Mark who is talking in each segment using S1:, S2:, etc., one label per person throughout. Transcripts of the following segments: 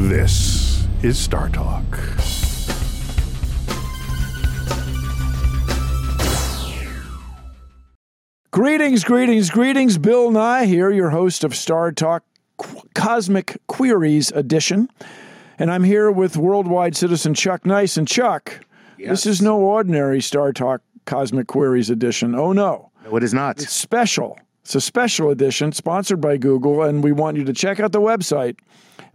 S1: This is Star Talk.
S2: Greetings, greetings, greetings. Bill Nye here, your host of Star Talk Qu- Cosmic Queries Edition. And I'm here with worldwide citizen Chuck Nice. And Chuck, this is no ordinary Star Talk Cosmic Queries Edition. Oh, no.
S3: No, it is not.
S2: It's special. It's a special edition sponsored by Google. And we want you to check out the website,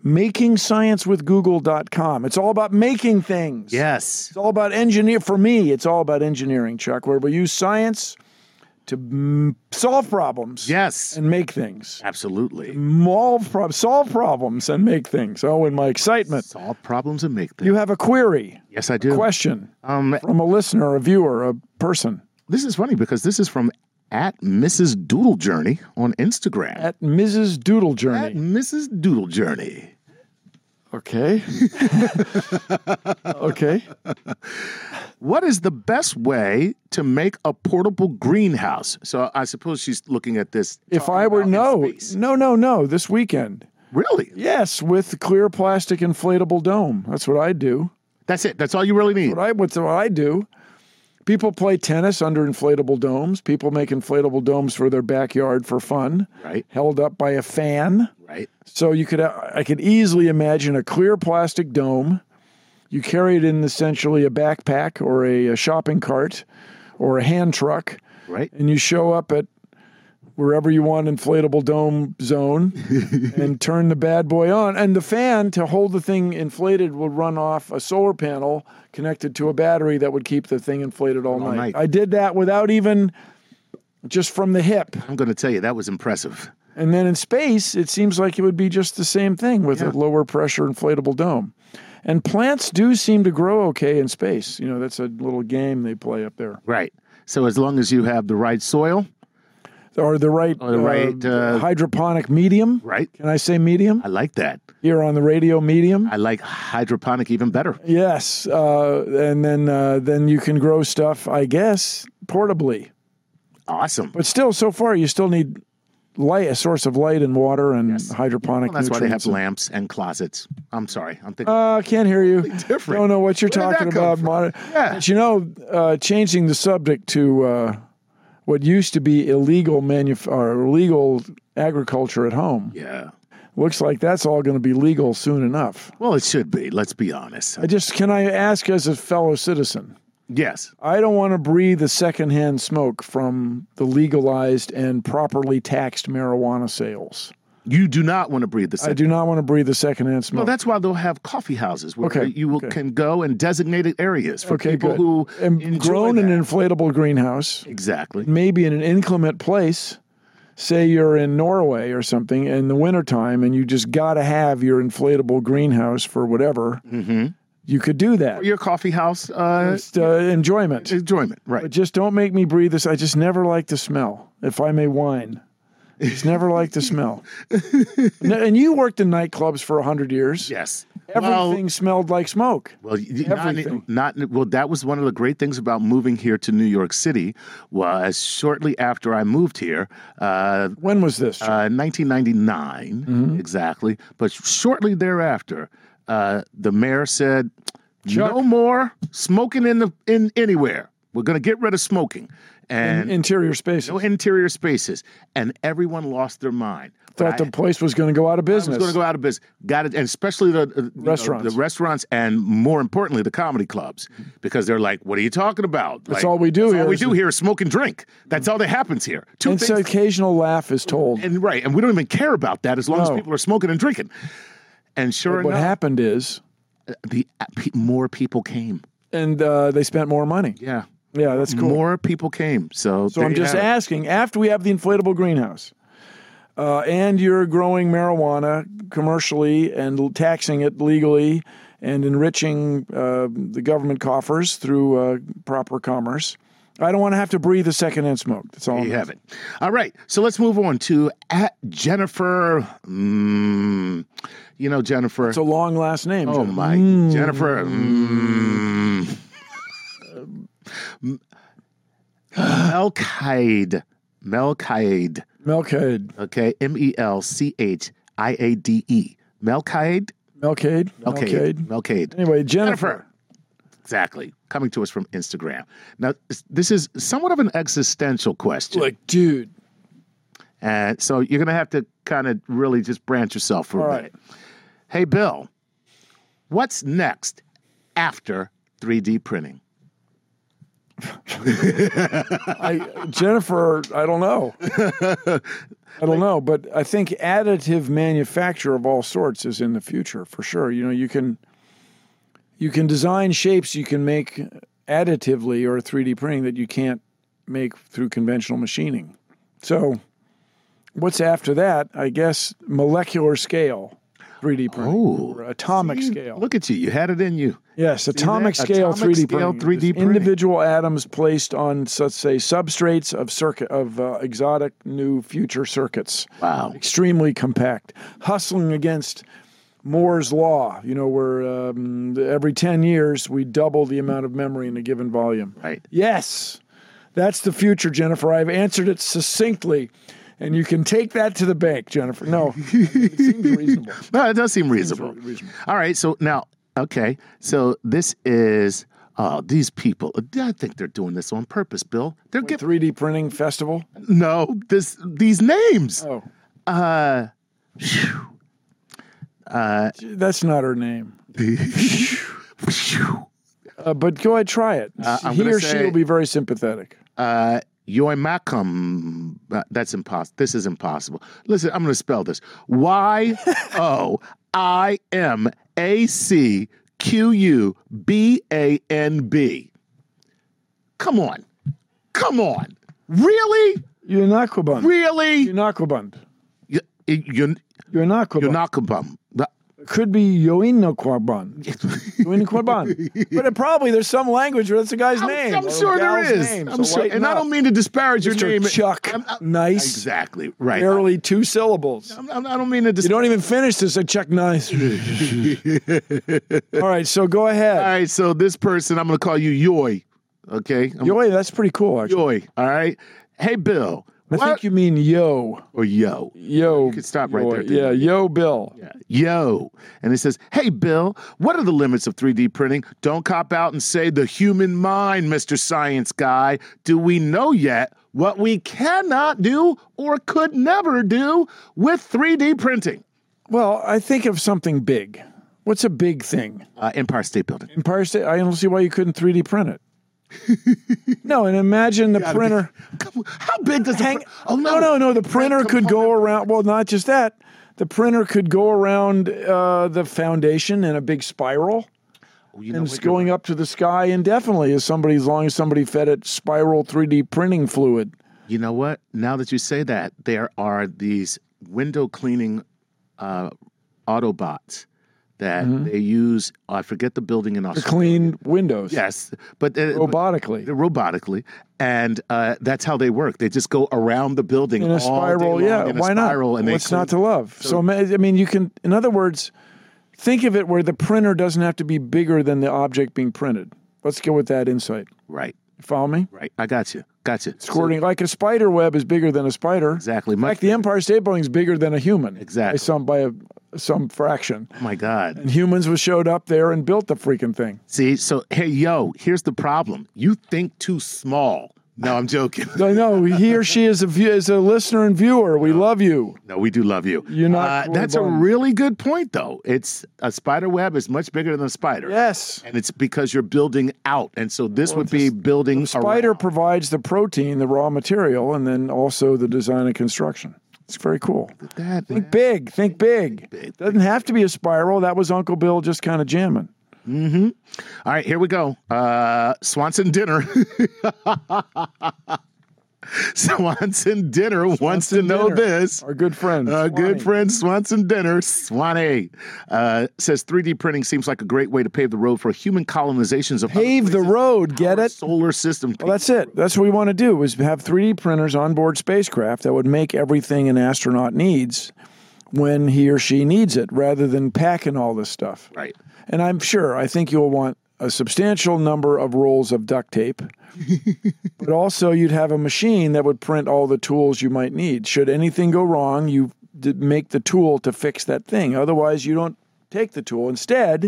S2: makingsciencewithgoogle.com. It's all about making things.
S3: yes.
S2: It's all about engineer. For me, it's all about engineering, Chuck, where we use science to mm, solve problems
S3: Yes.
S2: and make things.
S3: Absolutely.
S2: Solve, pro- solve problems and make things. Oh, in my excitement,
S3: Solve problems and make them.
S2: you have a query,
S3: yes, I do.
S2: question
S3: Um,
S2: from a listener, a viewer, a person
S3: this is funny because this is from at Mrs. Doodle Journey on Instagram.
S2: at Mrs. Doodle
S3: At
S2: Journey.
S3: Mrs. Doodle Journey.
S2: Okay. okay.
S3: What is the best way to make a portable greenhouse? So I suppose she's looking at this.
S2: If
S3: talking
S2: I were
S3: about in
S2: no,
S3: space.
S2: no, no, no, this weekend.
S3: really,
S2: Yes, with clear plastic inflatable dome. That's what I do.
S3: that's it. That's all you really need.
S2: what I what's what I do. People play tennis under inflatable domes. People make inflatable domes for their backyard for fun,
S3: Right.
S2: held up by a fan.
S3: Right.
S2: So you could I could easily imagine a clear plastic dome. You carry it in essentially a backpack or a, a shopping cart or a hand truck,
S3: Right.
S2: and you show up at wherever you want inflatable dome zone and turn the bad boy on and the fan to hold the thing inflated will run off a solar panel connected to a battery that would keep the thing inflated all,
S3: All
S2: night.
S3: night.
S2: I did that without even just from the hip.
S3: I'm going to tell you that was impressive.
S2: And then in space, it seems like it would be just the same thing with a lower pressure inflatable dome. And plants do seem to grow okay in space. You know, that's a little game they play up there.
S3: Right. So as long as you have the right soil,
S2: Or the right,
S3: the right, uh,
S2: hydroponic medium.
S3: right.
S2: Can I say medium?
S3: I like that.
S2: Here on the radio medium.
S3: I like hydroponic even better.
S2: Yes, uh, and then uh, then you can grow stuff, I guess, portably.
S3: Awesome.
S2: But still, so far, you still need light, a source of light and water and hydroponic.
S3: Well, that's why they have
S2: nutrients.
S3: lamps and closets. I'm sorry. I'm thinking.
S2: Uh, can't hear you.
S3: different.
S2: Don't know what you're
S3: Where did
S2: talking
S3: that come
S2: about. Mon-
S3: from? Yeah.
S2: But you know, uh, changing the subject to uh, what used to be illegal manuf- or illegal agriculture at home
S3: yeah.
S2: looks like that's all going to be legal soon enough.
S3: Well, it should be. Let's be honest.
S2: I just can I ask as a fellow citizen.
S3: Yes.
S2: I don't want to breathe the secondhand smoke from the legalized and properly taxed marijuana sales.
S3: You do not want to breathe the
S2: I
S3: scent.
S2: do not want to breathe the secondhand
S3: Well,
S2: smoke.
S3: that's why they'll have coffee houses where
S2: Okay,
S3: you will,
S2: okay.
S3: can go in designated areas for
S2: okay,
S3: people
S2: good.
S3: who
S2: and
S3: enjoy
S2: grown in
S3: that.
S2: an inflatable greenhouse,
S3: exactly.
S2: maybe in an inclement place. Say you're in Norway or something in the wintertime and you just got to have your inflatable greenhouse for whatever. You could do that.
S3: Your coffee house uh,
S2: Just, uh, enjoyment.
S3: enjoyment,
S2: But
S3: right?
S2: just don't make me breathe this. I just never like the smell. If I may whine, just never like the smell. N- and you worked in nightclubs for hundred years.
S3: Yes.
S2: Everything smelled like smoke.
S3: Well, y- y- not-
S2: Everything.
S3: Not, well. That was one of the great things about moving here to New York City. Was shortly after I moved here, uh,
S2: When was this?
S3: uh, 1999
S2: Mm-hmm.
S3: exactly. But shortly thereafter, uh, the mayor said, "No more smoking in the in anywhere. We're going to get rid of smoking and
S2: Interior spaces.
S3: no interior spaces." And everyone lost their mind.
S2: Thought the place was going to go out of
S3: It's
S2: business.
S3: going to go out of business. Got it, and especially the uh, you know,
S2: Restaurants.
S3: the restaurants, and more importantly, the comedy clubs, because they're like, "What are you talking about? That's
S2: all we do
S3: that's
S2: here
S3: All we
S2: is-
S3: do here is smoke and drink. That's all that happens here. Two
S2: and
S3: things
S2: so occasional laugh is told.
S3: and right, and we don't even care about that as long as
S2: No.
S3: people are smoking and drinking. And sure
S2: what
S3: enough,
S2: happened is,
S3: the uh, pe- more people came.
S2: and uh, they spent more money.
S3: Yeah,
S2: Yeah, that's cool.
S3: more people came. So,
S2: So I'm just asking, after we have the inflatable greenhouse, uh, and you're growing marijuana commercially and l- taxing it legally and enriching uh, the government coffers through uh, proper commerce, I don't want to have to breathe a secondhand smoke. That's all. I'm
S3: You have it. All right, so let's move on to at Jennifer. Mm, you know Jennifer.
S2: It's a long last name.
S3: oh
S2: Jim.
S3: my Jennifer. Mm. Melkide. Melkide.
S2: Melkade.
S3: Okay, M E L C H I A D E. Melkide.
S2: Melcade.
S3: Melcade. Melcade.
S2: Anyway, Jennifer.
S3: Jennifer. Exactly. Coming to us from Instagram. Now, this- this is somewhat of an existential question.
S2: Like, dude.
S3: And so you're going to have to kind of really just branch yourself for
S2: All
S3: a
S2: right.
S3: minute. Hey, Bill, what's next after 3D printing?
S2: I, Jennifer, I don't know. I don't know, but I think additive manufacture of all sorts is in the future for sure. You know, you can you can design shapes you can make additively or 3D printing that you can't make through conventional machining. So, what's after that? I guess molecular scale 3D printing
S3: Oh.
S2: or atomic
S3: See,
S2: scale.
S3: Look at you. You had it in you.
S2: Yes, atomic
S3: that?
S2: scale
S3: Atomic
S2: 3D
S3: scale
S2: printing.
S3: 3D
S2: It's
S3: printing.
S2: Individual atoms placed on, so let's say, substrates of circuit of uh, exotic new future circuits.
S3: Wow.
S2: Extremely compact, hustling against Moore's law. You know, where um, every ten years we double the amount of memory in a given volume.
S3: Right.
S2: Yes, that's the future, Jennifer. I've answered it succinctly, and you can take that to the bank, Jennifer. No, it seems reasonable.
S3: No, it does seem reasonable.
S2: reasonable.
S3: All right. So now, okay. So this is, oh, these people, I think they're doing this on purpose, Bill. They're giving,
S2: 3D printing festival.
S3: no, this, these names.
S2: Oh,
S3: Uh,
S2: Uh, that's not her name.
S3: phew.
S2: Uh, but go ahead, try it.
S3: I'm
S2: he
S3: gonna
S2: or she
S3: say-
S2: will be very sympathetic.
S3: uh, Yoimakum. Uh, that's impossible. This is impossible. Listen, I'm going to spell this Y O I M A C Q U B A N B. Come on. Come on. Really?
S2: You're an aquabund.
S3: Really?
S2: You're an aquabund.
S3: Y- y- Yun-
S2: You're an aquabund.
S3: Yunakabum. Uh,
S2: Could be Yoinoquabund. Yoinoquabund. but it probably there's some language where that's a guy's
S3: I'm,
S2: name.
S3: I'm
S2: or a
S3: sure there
S2: gal's
S3: is.
S2: name,
S3: I'm
S2: so
S3: sure.
S2: lighten
S3: And I
S2: up.
S3: don't mean to disparage your
S2: Mr.
S3: name.
S2: Chuck.
S3: I'm- I'm-
S2: nice.
S3: Exactly. Right. I,
S2: Barely two syllables.
S3: I'm- I don't mean to
S2: You
S3: disparage.
S2: don't even finish this at Chuck Nice. All right, so go
S3: All
S2: ahead.
S3: right, so this person, I'm going to call you Yoy. Okay? I'm-
S2: Yo, that's pretty cool, actually.
S3: Yoy. All right. Hey, Bill.
S2: I think
S3: what-
S2: you mean yo.
S3: or yo.
S2: Yo. You
S3: could stop right there,
S2: Yeah,
S3: didn't
S2: yo, Bill.
S3: Yo. And it says, Hey, Bill, what are the limits of 3D printing? Don't cop out and say the human mind, Mr. Science Guy. Do we know yet what we cannot do or could never do with 3D printing?
S2: Well, I think of something big. What's a big thing?
S3: Uh, Empire State Building.
S2: Empire State. I don't see why you couldn't 3D print it. no, and imagine the printer.
S3: Come on, How big does the
S2: Hang,
S3: pr- Oh, no.
S2: no, no, no. The printer could go
S3: component.
S2: around. Well, not just that. The printer could go around uh, the foundation in a big spiral,
S3: Oh, you know
S2: and
S3: what?
S2: it's going up to the sky indefinitely as somebody, as long as somebody fed it spiral 3D printing fluid.
S3: You know what? Now that you say that, there are these window cleaning uh, Autobots that they use. oh, I forget the building in Australia.
S2: Mm-hmm. Clean windows,
S3: Yes, but uh,
S2: robotically
S3: but- robotically, and uh, that's how they work. They just go around the building
S2: in a
S3: all day
S2: spiral.
S3: long
S2: Yeah,
S3: in a
S2: why
S3: spiral,
S2: not?
S3: And they
S2: What's not to
S3: clean-
S2: love? So, ma- I mean, you can. In other words, think of it where the printer doesn't have to be bigger than the object being printed. Let's go with that insight.
S3: right,
S2: You follow me?
S3: right. I got you, got you.
S2: Squirting like a spider web is bigger than a spider.
S3: exactly.
S2: In
S3: Much,
S2: fact, the Empire State Building is bigger than a human.
S3: Exactly.
S2: By some by a, some fraction.
S3: oh my God.
S2: And humans was showed up there and built the freaking thing.
S3: See, so hey, yo, here's the problem. You think too small. No, I'm joking.
S2: No, no, he or she is a view, is a listener and viewer. We love you.
S3: No, we do love you.
S2: You're not
S3: Uh, that's a
S2: Corbin.
S3: really good point, though. It's a spider web is much bigger than a spider.
S2: Yes.
S3: And it's because you're building out, and so this would be building
S2: Spider
S3: around.
S2: provides the protein, the raw material, and then also the design and construction. It's very cool.
S3: That-
S2: Think big. Think big. Doesn't have to be a spiral. That was Uncle Bill just kind of jamming.
S3: All right, here we go. Uh, Swanson dinner. Swanson dinner wants to
S2: Swanson
S3: know
S2: Dinner,
S3: this.
S2: Our good friend.
S3: Uh, good
S2: Swanee.
S3: friend Swanson Dinner, Swanee, uh, says 3D printing seems like a great way to pave the road for human colonizations of other
S2: Pave the
S3: places.
S2: road. Get
S3: Our
S2: it?
S3: solar system.
S2: Well, that's it. That's what we want to do is have 3D printers on board spacecraft that would make everything an astronaut needs when he or she needs it rather than packing all this stuff.
S3: right.
S2: And I'm sure, I think you'll want a substantial number of rolls of duct tape. but also, you'd have a machine that would print all the tools you might need. Should anything go wrong, you d- make the tool to fix that thing. Otherwise, you don't take the tool. Instead,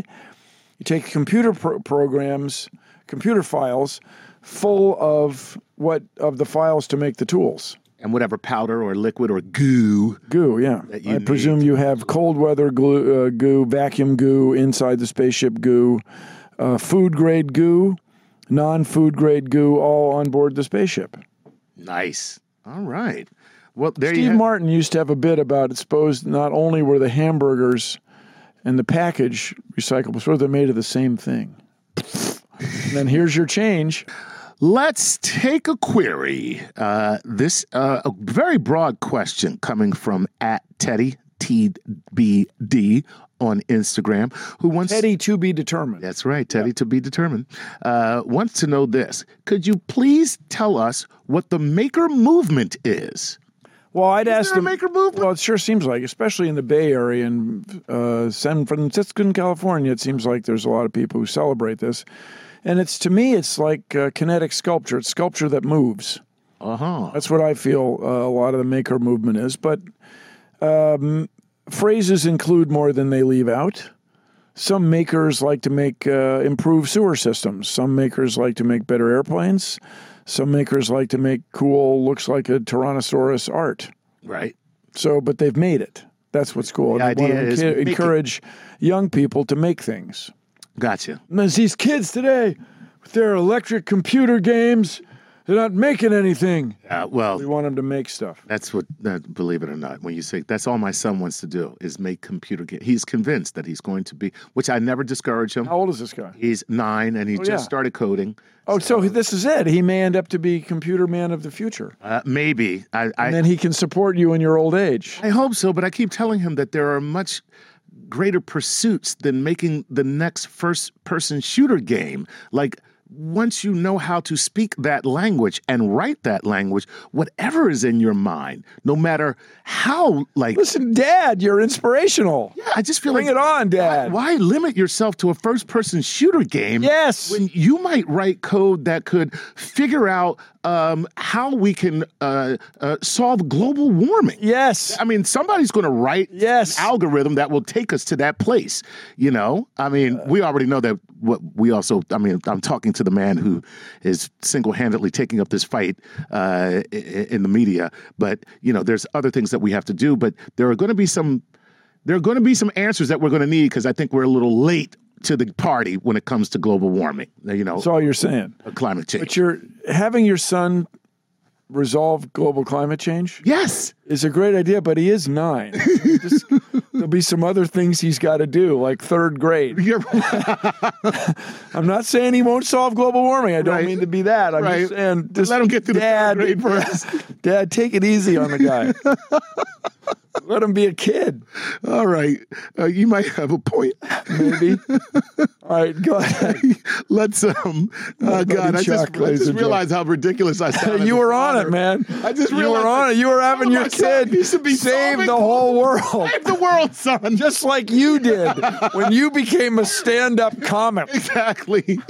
S2: you take computer pro- programs, computer files full of what of the files to make the tools.
S3: and whatever powder or liquid or goo.
S2: Goo, yeah.
S3: you
S2: I
S3: need.
S2: presume you have cold weather glue, uh, goo, vacuum goo, inside the spaceship goo, uh, food grade goo, non food grade goo, all on board the spaceship.
S3: Nice. All right. Well, there you
S2: Steve
S3: have.
S2: Martin used to have a bit about it's supposed not only were the hamburgers and the package recyclable, supposed they're made of the same thing. and then here's your change.
S3: Let's take a query. Uh, this uh, a very broad question coming from at Teddy TBD on Instagram, who wants
S2: Eddie to be determined.
S3: That's right, Teddy to be determined. Uh, wants to know this. Could you please tell us what the maker movement is?
S2: Well, I'd ask
S3: there a
S2: them.
S3: maker movement?
S2: Well, it sure seems like, especially in the Bay Area and uh, San Francisco, California, it seems like there's a lot of people who celebrate this. And it's to me, it's like uh, kinetic sculpture. It's sculpture that moves.
S3: Uh huh.
S2: That's what I feel uh, a lot of the maker movement is. But um, phrases include more than they leave out. Some makers like to make uh, improve sewer systems. Some makers like to make better airplanes. Some makers like to make cool, looks like a Tyrannosaurus art.
S3: Right.
S2: So, but they've made it. That's what's cool.
S3: The
S2: And we wanna
S3: idea is
S2: encu-
S3: make it.
S2: encourage young people to make things.
S3: Gotcha.
S2: And there's these kids today with their electric computer games. They're not making anything.
S3: Uh, well,
S2: We want them to make stuff.
S3: That's what, that, believe it or not, when you say that's all my son wants to do is make computer games. He's convinced that he's going to be, which I never discourage him.
S2: How old is this guy?
S3: He's nine and he just
S2: yeah.
S3: started coding.
S2: Oh, so this is it. He may end up to be computer man of the future.
S3: Uh, maybe I, I,
S2: And then he can support you in your old age.
S3: I hope so, but I keep telling him that there are much greater pursuits than making the next first-person shooter game. Like once you know how to speak that language and write that language, whatever is in your mind, no matter how, like.
S2: Listen, Dad, you're inspirational.
S3: I just feel
S2: Bring
S3: like
S2: it on, Dad.
S3: Why limit yourself to a first person shooter game?
S2: Yes.
S3: When you might write code that could figure out um, how we can uh, uh, solve global warming.
S2: Yes.
S3: I mean, somebody's going to write
S2: Yes.
S3: an algorithm that will take us to that place. You know, I mean, we already know that. What we also, I mean, I'm talking to the man who is single-handedly taking up this fight uh, i- i- in the media. But you know, there's other things that we have to do. But there are going to be some, there are going to be some answers that we're going to need because I think we're a little late to the party when it comes to global warming. You know,
S2: That's all you're saying.
S3: climate
S2: But
S3: change.
S2: you're having your son resolve global climate change
S3: Yes.
S2: is a great idea, but he is nine. Just- there'll be some other things he's got to do, like third grade.
S3: You're-
S2: I'm not saying he won't solve global warming. I don't
S3: Right.
S2: mean to be that. I'm
S3: Right.
S2: just saying, just
S3: Let him get through the
S2: dad,
S3: third grade first.
S2: Dad, take it easy on the guy. Let him be a kid,
S3: All right. Uh, you might have a point.
S2: maybe. All right, go ahead.
S3: Let's um. Oh God, I
S2: Chuck, ladies
S3: just, I just
S2: and gentlemen.
S3: realized how ridiculous I sound. as
S2: You
S3: a
S2: were on
S3: father.
S2: it, man.
S3: I just
S2: you
S3: realized
S2: were on
S3: that
S2: it. You were having
S3: some of
S2: your
S3: my son
S2: kid
S3: used to be
S2: save
S3: solving-
S2: the whole world.
S3: Save the world, son. Just
S2: Just like you did when you became a stand-up comic.
S3: exactly.
S2: Dude,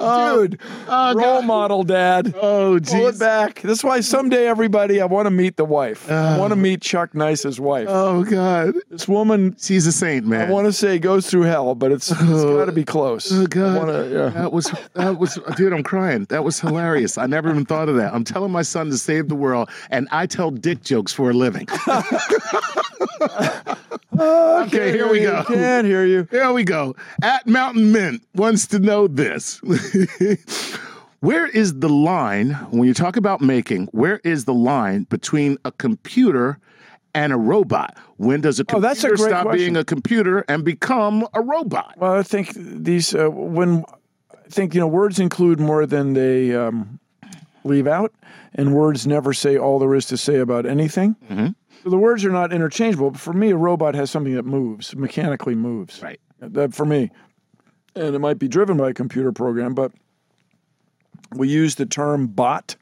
S3: oh,
S2: role
S3: God.
S2: model dad.
S3: Oh,
S2: Pull it
S3: geez.
S2: back. That's why someday, everybody, I want to meet the wife. I want to meet Chuck Nice's wife.
S3: Oh God,
S2: this woman,
S3: she's a saint,
S2: I
S3: man.
S2: want to say, goes through hell, but it's, it's got to be close.
S3: Oh God,
S2: I wanna- yeah.
S3: that was that was dude. I'm crying. That was hilarious. I never even thought of that. I'm telling my son to save the world, and I tell dick jokes for a living. Okay, here we go.
S2: Can't hear you.
S3: There we go. At Mountain Mint wants to know this. where is the line when you talk about making? Where is the line between a computer and a robot? When does a
S2: Oh,
S3: computer
S2: that's a great
S3: stop
S2: question.
S3: being a computer and become a robot?
S2: Well, I think these uh, when I think you know words include more than they um, leave out, and words never say all there is to say about anything.
S3: Mm-hmm.
S2: So the words are not interchangeable. But for me, a robot has something that moves, mechanically moves.
S3: Right.
S2: That for me, and it might be driven by a computer program, but we use the term bot,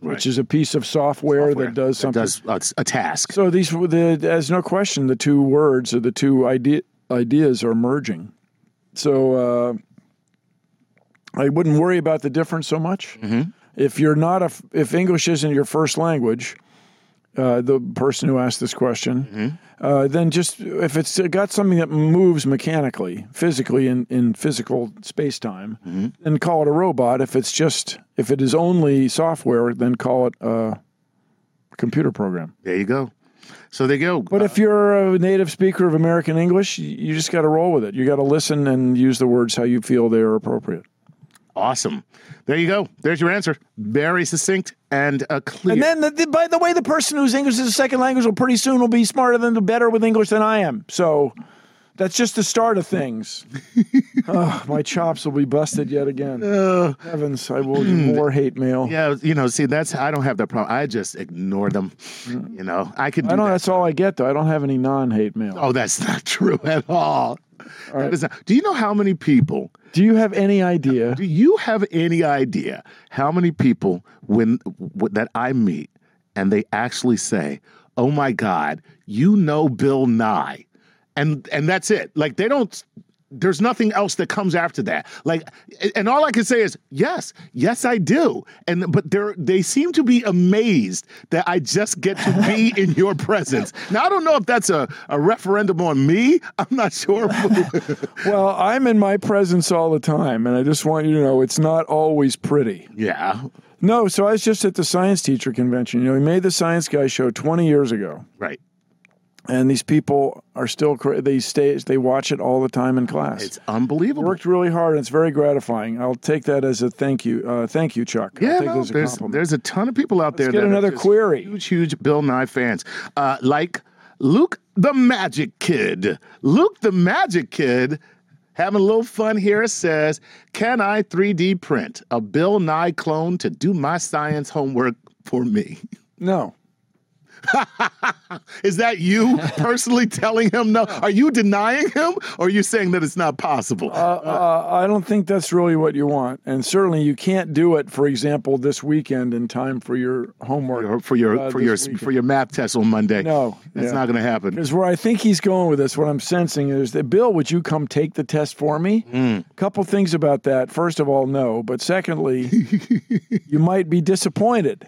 S2: which
S3: Right.
S2: is a piece of software, that does
S3: That
S2: something.
S3: does a, a task.
S2: So these, were the, there's no question, the two words or the two idea, ideas are merging. So uh, I wouldn't worry about the difference so much. If you're not a, if English isn't your first language, uh, the person who asked this question, uh, then just if it's got something that moves mechanically, physically in, in physical space time, then call it a robot. If it's just if it is only software, then call it a computer program.
S3: There you go. So they go.
S2: But if you're a native speaker of American English, y- you just got to roll with it. You got to listen and use the words how you feel they are appropriate.
S3: Awesome. There you go. There's your answer. Very succinct and uh, clear.
S2: And then, the, the, by the way, the person whose English is a second language will pretty soon will be smarter than better with English than I am. So that's just the start of things. Ugh, my chops will be busted yet again. Heavens, I will do more hate mail.
S3: Hmm. yeah, you know, see, that's I don't have that problem. I just ignore them. You know, I could.
S2: Mm.
S3: Do
S2: I know
S3: that.
S2: that's all I get though. I don't have any non-hate mail.
S3: Oh, that's not true at all. That is not, do you know how many people?
S2: Do you have any idea?
S3: Do you have any idea how many people when w- that I meet and they actually say, "Oh my God, you know Bill Nye," and and that's it. Like they don't. There's nothing else that comes after that. Like, and all I can say is yes, yes, I do. And but they are they seem to be amazed that I just get to be in your presence. Now I don't know if that's a, a referendum on me. I'm not sure.
S2: Well, I'm in my presence all the time, and I just want you to know it's not always pretty.
S3: yeah,
S2: No, so I was just at the science teacher convention. You know, we made the science guy show 20 years ago.
S3: right.
S2: and these people are still cra- they stay they watch it all the time in class.
S3: It's unbelievable.
S2: worked really hard and it's very gratifying. I'll take that as a thank you. Uh, thank you, Chuck. I'll
S3: Yeah,
S2: take
S3: no,
S2: it as a
S3: there's
S2: compliment.
S3: there's a ton of people out there
S2: get
S3: that are
S2: another
S3: just
S2: query.
S3: Huge, huge Bill Nye fans, uh, like Luke the Magic Kid. Luke the Magic Kid, having a little fun here. Says, "Can I 3D print a Bill Nye clone to do my science homework for me?"
S2: no.
S3: Is that you personally telling him no? Are you denying him, or are you saying that it's not possible?
S2: Uh, uh, I don't think that's really what you want, and certainly you can't do it. For example, this weekend in time for your homework
S3: Or for your
S2: uh,
S3: for
S2: this
S3: your
S2: weekend.
S3: for your math test on Monday?
S2: No,
S3: that's
S2: yeah.
S3: not going to happen.
S2: is where I think he's going with this. What I'm sensing is that Bill, would you come take the test for me? Couple things about that. First of all, no, but secondly, you might be disappointed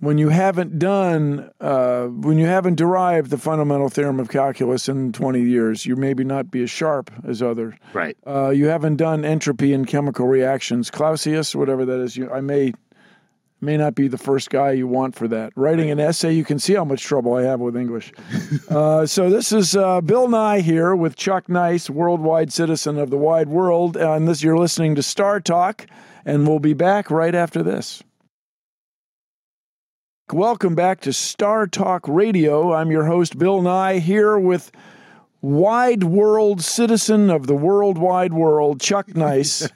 S2: when you haven't done uh, when you haven't derived the fundamental theorem of calculus in 20 years. You maybe not be as sharp as others.
S3: Right.
S2: Uh, you haven't done entropy and chemical reactions, Clausius, whatever that is. You, I may may not be the first guy you want for that. Writing an essay, you can see how much trouble I have with English. uh, so this is uh, Bill Nye here with Chuck Nice, worldwide citizen of the wide world, Uh, and this you're listening to Star Talk, and we'll be back right after this. Welcome back to Star Talk Radio. I'm your host, Bill Nye, here with wide world citizen of the world wide world, Chuck Nice.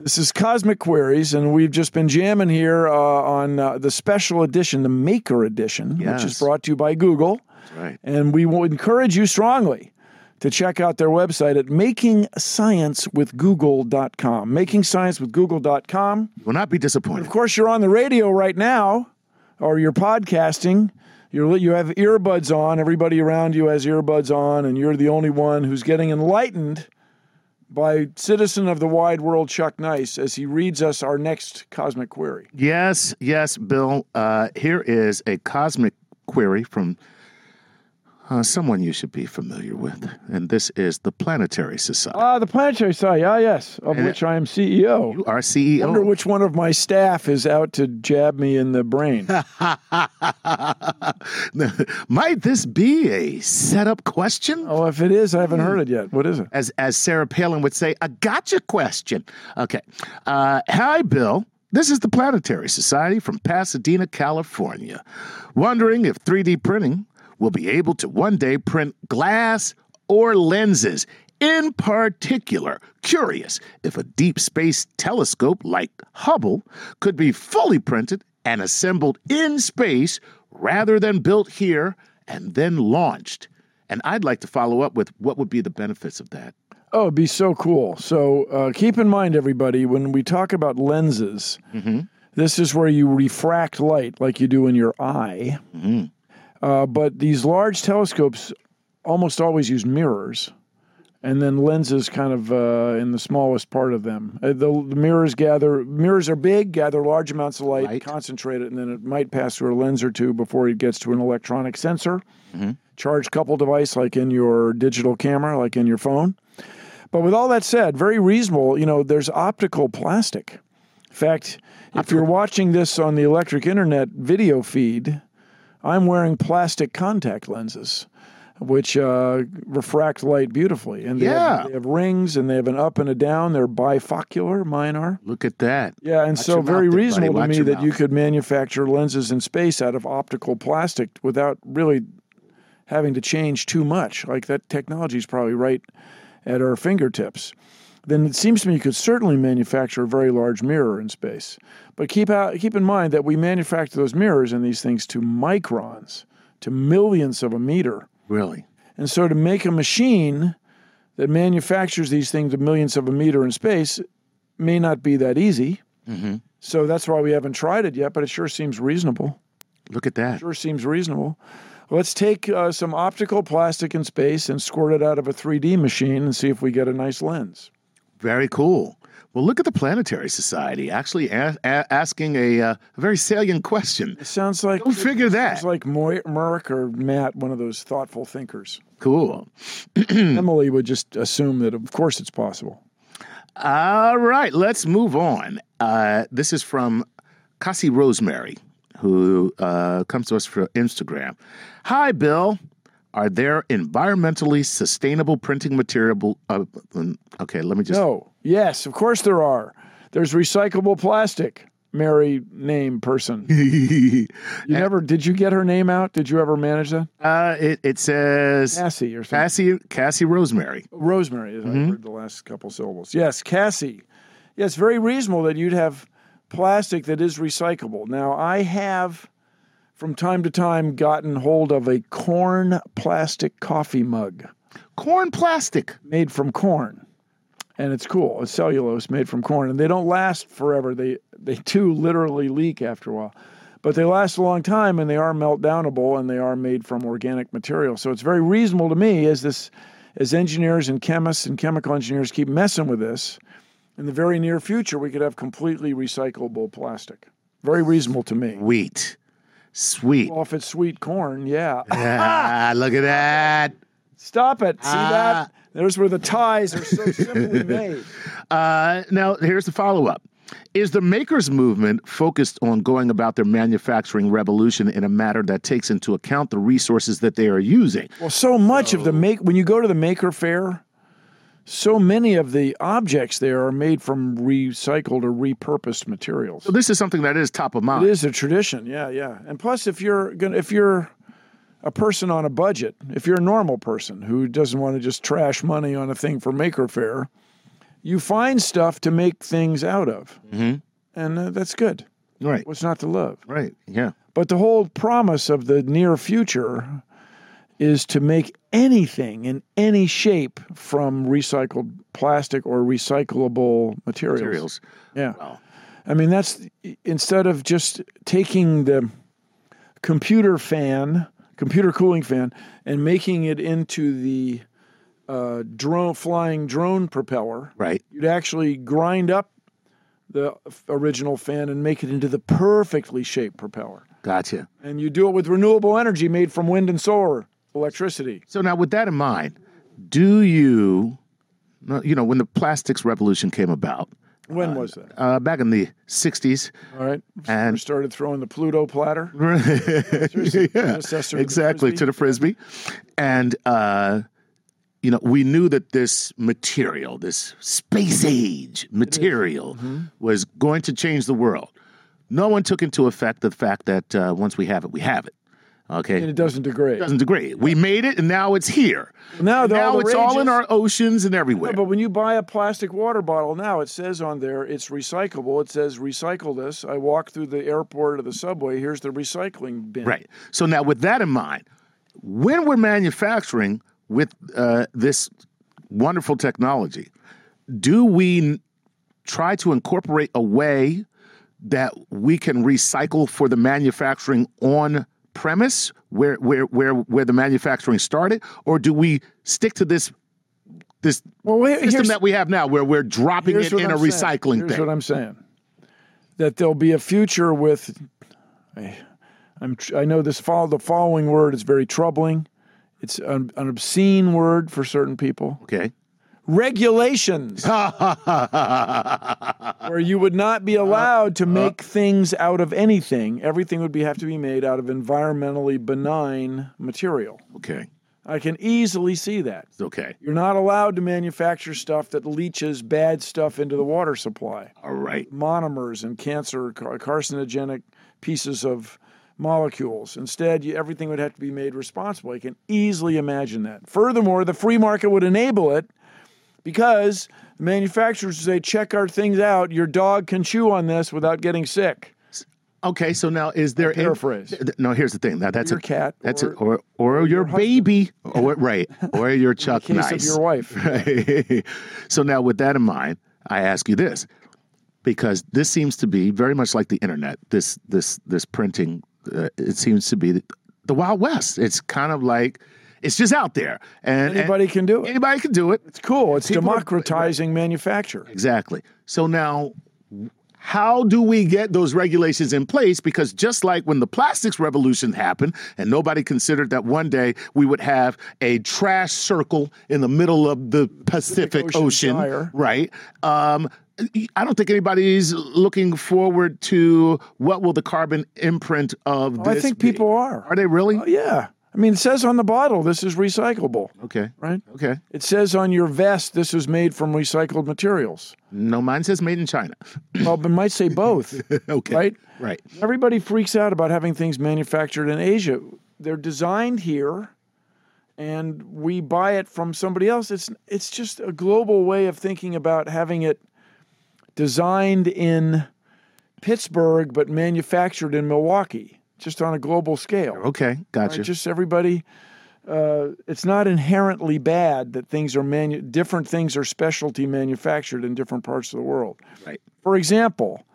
S2: this is Cosmic Queries, and we've just been jamming here uh, on uh, the special edition, the Maker Edition, which is
S3: Yes.
S2: brought to you by Google.
S3: right.
S2: And we will encourage you strongly to check out their website at makingsciencewithgoogle.com. Makingsciencewithgoogle.com.
S3: You will not be disappointed.
S2: Of course, you're on the radio right now, or you're podcasting. You're, li- you have earbuds on. Everybody around you has earbuds on, and you're the only one who's getting enlightened by citizen of the wide world, Chuck Nice, as he reads us our next cosmic query.
S3: Yes, yes, Bill. Uh, here is a cosmic query from uh, someone you should be familiar with, and this is the Planetary Society.
S2: Ah, the planetary side. Ah, yes, of which I am E CEO.
S3: You are E
S2: I wonder
S3: CEO.
S2: which one of my staff is out to jab me in the brain.
S3: Might this be a setup question?
S2: oh, if it is, I haven't heard it yet. What is it?
S3: As, as Sarah Palin would say, a gotcha question. Okay. Uh, hi, Bill. This is the Planetary Society from Pasadena, California. Wondering if 3D printing will be able to one day print glass or lenses. In particular, curious if a deep space telescope like Hubble could be fully printed and assembled in space rather than built here and then launched. And I'd like to follow up with what would be the benefits of that.
S2: Oh, it'd be so cool. So uh, keep in mind, everybody, when we talk about lenses, this is where you refract light like you do in your eye. Uh, but these large telescopes almost always use mirrors. and then lenses kind of uh, in the smallest part of them. Uh, the, the mirrors gather mirrors are big, gather large amounts of light,
S3: Light.
S2: concentrate it, and then it might pass through a lens or two before it gets to an electronic sensor, charge couple device like in your digital camera, like in your phone. But with all that said, very reasonable. You know, there's optical plastic. In fact, if you're watching this on the electric internet video feed, I'm wearing plastic contact lenses, which uh, refract light beautifully. And they,
S3: Yeah.
S2: have, they have rings and they have an up and a down. They're bifocular, mine are.
S3: Look at that.
S2: Yeah, and so
S3: your mouth
S2: very
S3: there, buddy.
S2: reasonable
S3: Watch
S2: to me
S3: your
S2: that you
S3: mouth.
S2: could manufacture lenses in space out of optical plastic without really having to change too much. Like that technology is probably right at our fingertips. Then it seems to me you could certainly manufacture a very large mirror in space. But keep out, keep in mind that we manufacture those mirrors and these things to microns, to millionths of a meter.
S3: Really?
S2: And so to make a machine that manufactures these things to millionths of a meter in space may not be that easy. So that's why we haven't tried it yet, but it sure seems reasonable.
S3: Look at that.
S2: Sure seems reasonable. Let's take uh, some optical plastic in space and squirt it out of a 3D machine and see if we get a nice lens.
S3: Very cool. Well, look at the Planetary Society actually a- a- asking a, uh, a very salient question.
S2: It sounds like
S3: Don't figure that.
S2: it's like Moy- Merck or Matt, one of those thoughtful thinkers.
S3: Cool.
S2: Emily would just assume that, of course, it's possible.
S3: All right, let's move on. Uh, this is from Cassie Rosemary, who uh, comes to us from Instagram. Hi, Bill. Are there environmentally sustainable printing material? Uh, um, okay, let me just.
S2: No. Yes, of course there are. There's recyclable plastic. Mary name person. You never did you get her name out? Did you ever manage that?
S3: uh, it, it says
S2: Cassie or something.
S3: Cassie, Cassie Rosemary.
S2: Rosemary, as I heard the last couple syllables. Yes, Cassie. Yes, very reasonable that you'd have plastic that is recyclable. Now, I have from time to time gotten hold of a corn plastic coffee mug
S3: Corn plastic.
S2: made from corn. And it's cool. It's cellulose made from corn. And they don't last forever. They they do literally leak after a while. But they last a long time and they are meltdownable and they are made from organic material. So it's very reasonable to me as this as engineers and chemists and chemical engineers keep messing with this, in the very near future we could have completely recyclable plastic. Very reasonable to me.
S3: Wheat. Sweet.
S2: Well, if it's sweet corn, yeah.
S3: Ah, look at that.
S2: Stop it. See
S3: Ah.
S2: that? There's where the ties are so simply made.
S3: Uh, now, here's the follow up. Is the makers movement focused on going about their manufacturing revolution in a manner that takes into account the resources that they are using?
S2: Well, so much of the make when you go to the maker fair, so many of the objects there are made from recycled or repurposed materials.
S3: So this is something that is top of mind.
S2: It is a tradition, yeah, yeah. And plus, if you're gonna, if you're a person on a budget, if you're a normal person who doesn't want to just trash money on a thing for maker fair, you find stuff to make things out of, and uh, that's good.
S3: Right.
S2: What's not to love?
S3: Right. Yeah.
S2: But the whole promise of the near future is to make anything in any shape from recycled plastic or recyclable materials.
S3: Materials.
S2: Yeah.
S3: Wow.
S2: I mean, that's instead of just taking the computer fan, computer cooling fan, and making it into the uh, drone flying drone propeller
S3: Right.
S2: you'd actually grind up the f- original fan and make it into the perfectly shaped propeller.
S3: Gotcha.
S2: And you do it with renewable energy made from wind and solar electricity.
S3: So now, with that in mind, do you, no, you know, when the plastics revolution came about,
S2: When was that?
S3: uh, back in the '60s,
S2: All right.
S3: and
S2: Started throwing the Pluto platter.
S3: yeah,
S2: Predecessor to the
S3: exactly to the frisbee, and uh, you know we knew that this material, this space age material,
S2: Mm-hmm.
S3: was going to change the world. No one took into effect the fact that uh, once we have it, we have it. Okay,
S2: And
S3: it
S2: it doesn't degrade.
S3: doesn't degrade. We made it, and now it's here.
S2: Now, they're
S3: now
S2: all the
S3: it's all
S2: rages.
S3: in our oceans and everywhere.
S2: But when you buy a plastic water bottle now, it says on there it's recyclable. It says recycle this. I walk through the airport or the subway. Here's the recycling bin.
S3: Right. So now, with that in mind, when we're manufacturing with uh, this wonderful technology, do we n- try to incorporate a way that we can recycle for the manufacturing on premise, where where where where the manufacturing started, or do we stick to this this
S2: Well, wait,
S3: system
S2: here's-
S3: that we have now, where we're dropping
S2: Here's
S3: it
S2: what
S3: in a
S2: I'm saying.
S3: recycling
S2: Here's
S3: thing.
S2: what I'm saying. That there'll be a future with. I, I'm. tr- I know this. Follow the following word is very troubling. It's an, an obscene word for certain people.
S3: okay.
S2: Regulations, where you would not be allowed to make things out of anything. Everything would be have to be made out of environmentally benign material.
S3: Okay.
S2: I can easily see that.
S3: It's okay.
S2: You're not allowed to manufacture stuff that leaches bad stuff into the water supply
S3: All right.
S2: monomers and cancer car- carcinogenic pieces of molecules. Instead, you, everything would have to be made responsible. I can easily imagine that. Furthermore, the free market would enable it because the manufacturers say, check our things out. Your dog can chew on this without getting sick.
S3: Okay. So now, is there any-
S2: Paraphrase.
S3: th- th- no, here's the thing. Now that's
S2: Your
S3: a
S2: cat
S3: That's
S2: or-
S3: a, or or, your, baby. Or right. Or your Chuck
S2: Case
S3: Nice.
S2: of your wife.
S3: so now with that in mind, I ask you this because this seems to be very much like the internet. This this this printing uh, it seems to be the, the Wild West. It's kind of like it's just out there and
S2: Anybody can do
S3: and
S2: it.
S3: anybody can do it.
S2: It's cool. It's
S3: People are-
S2: democratizing manufacture.
S3: Exactly. So now how do we get those regulations in place? Because just like when the plastics revolution happened, and nobody considered that one day we would have a trash circle in the middle of the Pacific,
S2: Ocean
S3: Ocean,
S2: Gyre.
S3: right? Um, I don't think anybody's looking forward to what will the carbon imprint of
S2: Oh, I
S3: this
S2: think
S3: be?
S2: people are.
S3: Are they really?
S2: Oh, yeah. I mean, it says on the bottle this is recyclable,
S3: Okay.
S2: right?
S3: Okay.
S2: It says on your vest this was made from recycled materials.
S3: No, mine says made in China.
S2: Well, it might say both,
S3: okay.
S2: right?
S3: Right.
S2: Everybody freaks out about having things manufactured in Asia. They're designed here, and we buy it from somebody else. It's it's just a global way of thinking about having it designed in Pittsburgh but manufactured in Milwaukee, just on a global scale.
S3: Okay. Gotcha.
S2: Right, Just everybody. Uh, it's not inherently bad that things are manu- different things are specialty manufactured in different parts of the world.
S3: right.
S2: For example,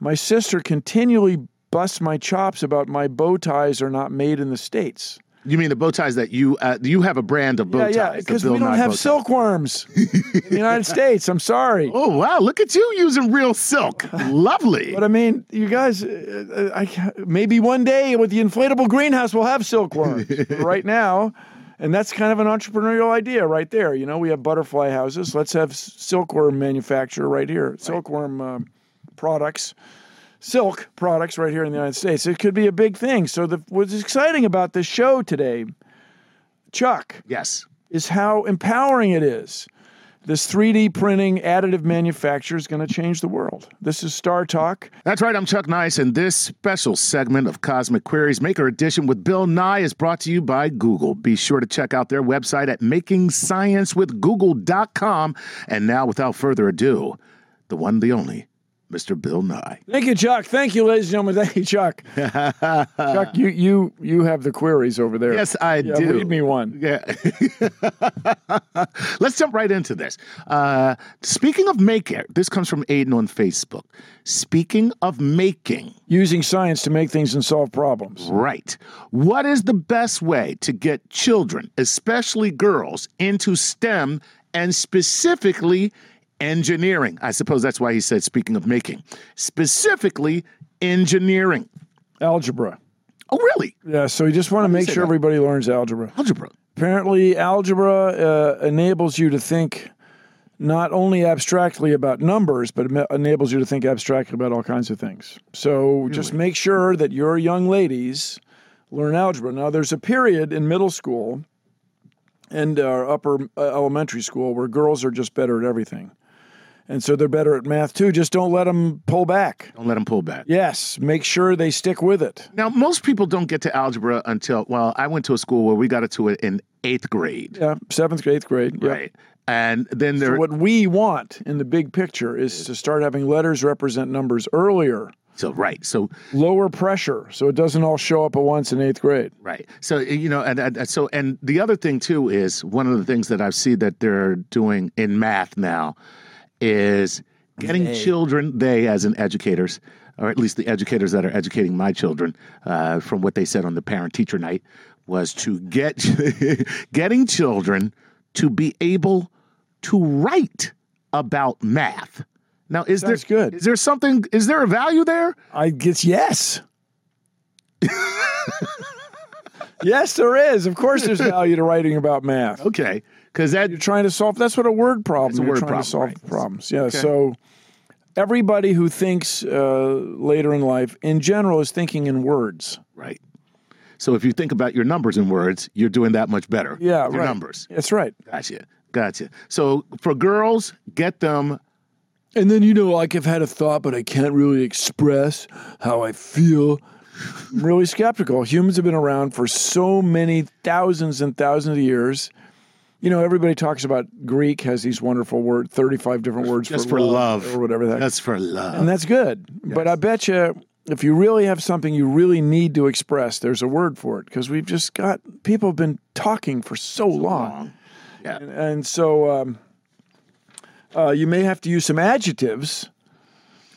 S2: my sister continually busts my chops about my bow ties are not made in the states.
S3: You mean the bow ties that you uh, you have a brand of bow ties?
S2: yeah, yeah,
S3: the
S2: because
S3: Bill
S2: we don't
S3: Nye bow
S2: have
S3: ties.
S2: silkworms in the United States. I'm sorry.
S3: Oh wow, look at you using real silk. Lovely.
S2: But I mean, you guys, uh, I, ca- maybe one day with the inflatable greenhouse, we'll have silkworms. But right now, and that's kind of an entrepreneurial idea right there. You know, we have butterfly houses. Let's have s- silkworm manufacture right here, silkworm um, products, silk products right here in the United States. It could be a big thing. So, the, what's exciting about this show today, Chuck,
S3: yes.
S2: is how empowering it is. This 3D printing additive manufacture is going to change the world. This is Star Talk.
S3: That's right, I'm Chuck Nice, and this special segment of Cosmic Queries Maker Edition with Bill Nye is brought to you by Google. Be sure to check out their website at makingsciencewithgoogle.com. And now, without further ado, the one, the only, Mr. Bill Nye.
S2: Thank you, Chuck. Thank you, ladies and gentlemen. Thank you, Chuck. Chuck, you you you have the queries over there.
S3: Yes, I
S2: yeah,
S3: do.
S2: Read me one.
S3: Yeah. Let's jump right into this. Uh, speaking of making, this comes from Aiden on Facebook. Speaking of making,
S2: Using science to make things and solve problems.
S3: right, what is the best way to get children, especially girls, into STEM and specifically engineering? I suppose that's why he said speaking of making, specifically engineering.
S2: Algebra.
S3: Oh, really?
S2: Yeah. So you just want to make sure everybody learns algebra.
S3: Algebra.
S2: Apparently, algebra uh, enables you to think not only abstractly about numbers, but it ma- enables you to think abstractly about all kinds of things. So just make sure that your young ladies learn algebra. Now, there's a period in middle school and uh, upper uh, elementary school where girls are just better at everything. And so they're better at math too. Just don't let them pull back.
S3: Don't let him pull back.
S2: Yes, make sure they stick with it.
S3: Now, most people don't get to algebra until, well, I went to a school where we got it to it in eighth grade,
S2: Yeah, seventh, grade, eighth grade. Yeah.
S3: right? And then
S2: So
S3: there,
S2: what we want in the big picture is to start having letters represent numbers earlier,
S3: so right, so
S2: lower pressure, so it doesn't all show up at once in eighth grade.
S3: right, so eh, you know, and, and so and the other thing too is one of the things that I see that they're doing in math now is getting children they as in educators, or at least the educators that are educating my children, uh, from what they said on the parent teacher night, was to get getting children to be able to write about math. Now, is
S2: Sounds
S3: there
S2: good.
S3: is there something is there a value there?
S2: I guess yes. yes, there is. Of course, there's value to writing about math.
S3: Okay, because that
S2: You're trying to solve. That's what a word problem.
S3: a
S2: You're
S3: word
S2: trying
S3: problem,
S2: to solve
S3: right.
S2: problems. Yeah. So everybody who thinks uh, later in life, in general, is thinking in words.
S3: right. So if you think about your numbers and words, you're doing that much better.
S2: Yeah,
S3: with your
S2: right.
S3: numbers.
S2: That's right.
S3: Gotcha, gotcha. So for girls, get them
S2: And then you know, like I've had a thought, but I can't really express how I feel. I'm really skeptical. Humans have been around for so many thousands and thousands of years. You know, everybody talks about Greek has these wonderful words, thirty-five different words
S3: just
S2: for,
S3: for love,
S2: or whatever that.
S3: That's for love.
S2: and that's good. But I bet you, if you really have something you really need to express, there's a word for it because we've just got people have been talking for so long
S3: Wrong. Yeah.
S2: and so um, uh, you may have to use some adjectives.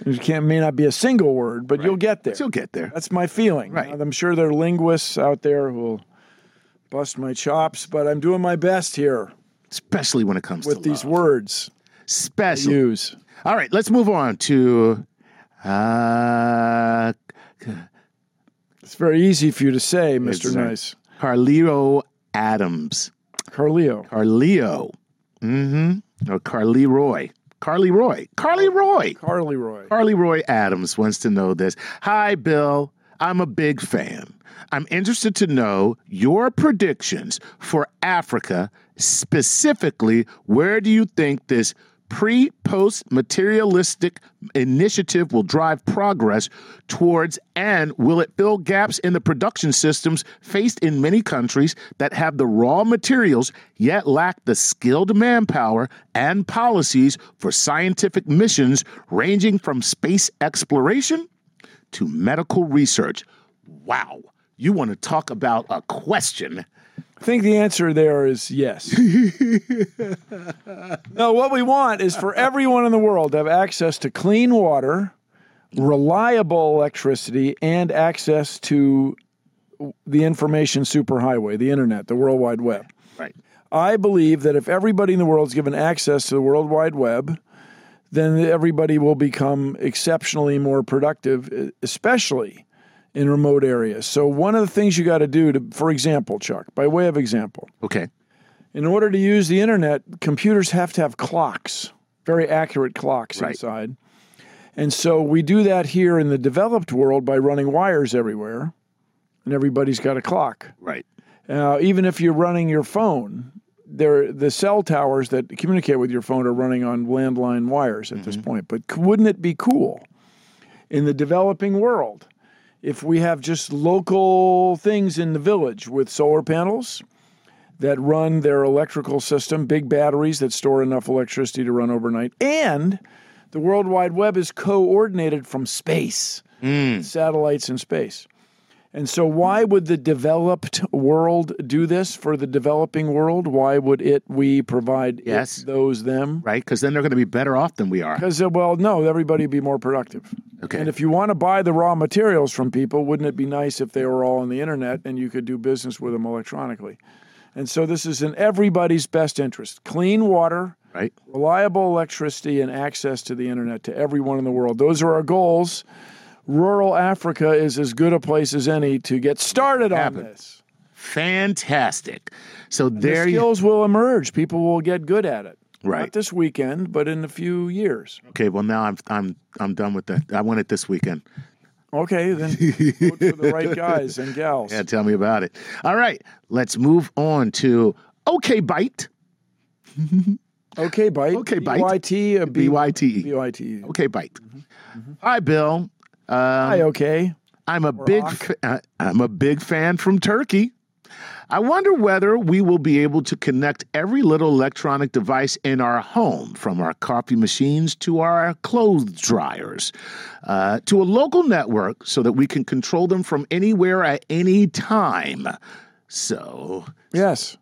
S2: It can't may not be a single word, but you'll get there.
S3: But you'll get there.
S2: That's my feeling.
S3: Right.
S2: I'm sure there are linguists out there who'll bust my chops, but I'm doing my best here
S3: Especially when it comes
S2: with
S3: to
S2: these
S3: love.
S2: words.
S3: Especially.
S2: Use
S3: All right, let's move on to uh,
S2: it's very easy for you to say, Mr.
S3: Exactly.
S2: Nice,
S3: Carlito Adams.
S2: Carleo.
S3: Carlio. Mm-hmm. Or Carly Roy. Carly Roy. Carly Roy.
S2: Carly Roy.
S3: Carly Roy Adams wants to know this. Hi, Bill. I'm a big fan. I'm interested to know your predictions for Africa, specifically, where do you think this pre post materialistic initiative will drive progress towards, and will it fill gaps in the production systems faced in many countries that have the raw materials yet lack the skilled manpower and policies for scientific missions ranging from space exploration to medical research. Wow. You want to talk about a question?
S2: I think the answer there is yes. no, what we want is for everyone in the world to have access to clean water, reliable electricity, and access to the information superhighway, the internet, the World Wide Web.
S3: Right.
S2: I believe that if everybody in the world is given access to the World Wide Web, then everybody will become exceptionally more productive, e- especially in remote areas. So, one of the things you got to do to, for example, Chuck, by way of example,
S3: Okay.
S2: in order to use the internet, computers have to have clocks, very accurate clocks
S3: Right.
S2: inside. And so we do that here in the developed world by running wires everywhere, and everybody's got a clock.
S3: Right.
S2: Uh, even if you're running your phone, there the cell towers that communicate with your phone are running on landline wires at this point. But c- wouldn't it be cool in the developing world if we have just local things in the village with solar panels that run their electrical system, big batteries that store enough electricity to run overnight, and the World Wide Web is coordinated from space, satellites in space. And so, why would the developed world do this for the developing world? Why would it we provide it,
S3: Yes.
S2: those them?
S3: Right. Because then they're going to be better off than we are.
S2: Because well, no, everybody would be more productive.
S3: Okay.
S2: And if you want to buy the raw materials from people, wouldn't it be nice if they were all on the internet and you could do business with them electronically? And so, this is in everybody's best interest: clean water,
S3: right.
S2: reliable electricity, and access to the internet to everyone in the world. Those are our goals. Rural Africa is as good a place as any to get started on
S3: Happen.
S2: this.
S3: Fantastic. So
S2: The
S3: there you
S2: skills will emerge. People will get good at it.
S3: Right.
S2: Not this weekend, but in a few years.
S3: Okay, well now I'm I'm I'm done with that. I want it this weekend.
S2: Okay, then vote for the right guys and gals.
S3: Yeah, tell me about it. All right, let's move on to Okay Bite.
S2: Okay, bite.
S3: Okay, bite. Um,
S2: B-Y-T, uh, B-
S3: E. B-Y-T-E.
S2: B-Y-T.
S3: Okay Bite. Hi Bill. Um,
S2: Hi, okay.
S3: I'm a big
S2: Rock.
S3: fa- uh, I'm a big fan from Turkey. I wonder whether we will be able to connect every little electronic device in our home, from our coffee machines to our clothes dryers, uh, to a local network so that we can control them from anywhere at any time. So
S2: Yes.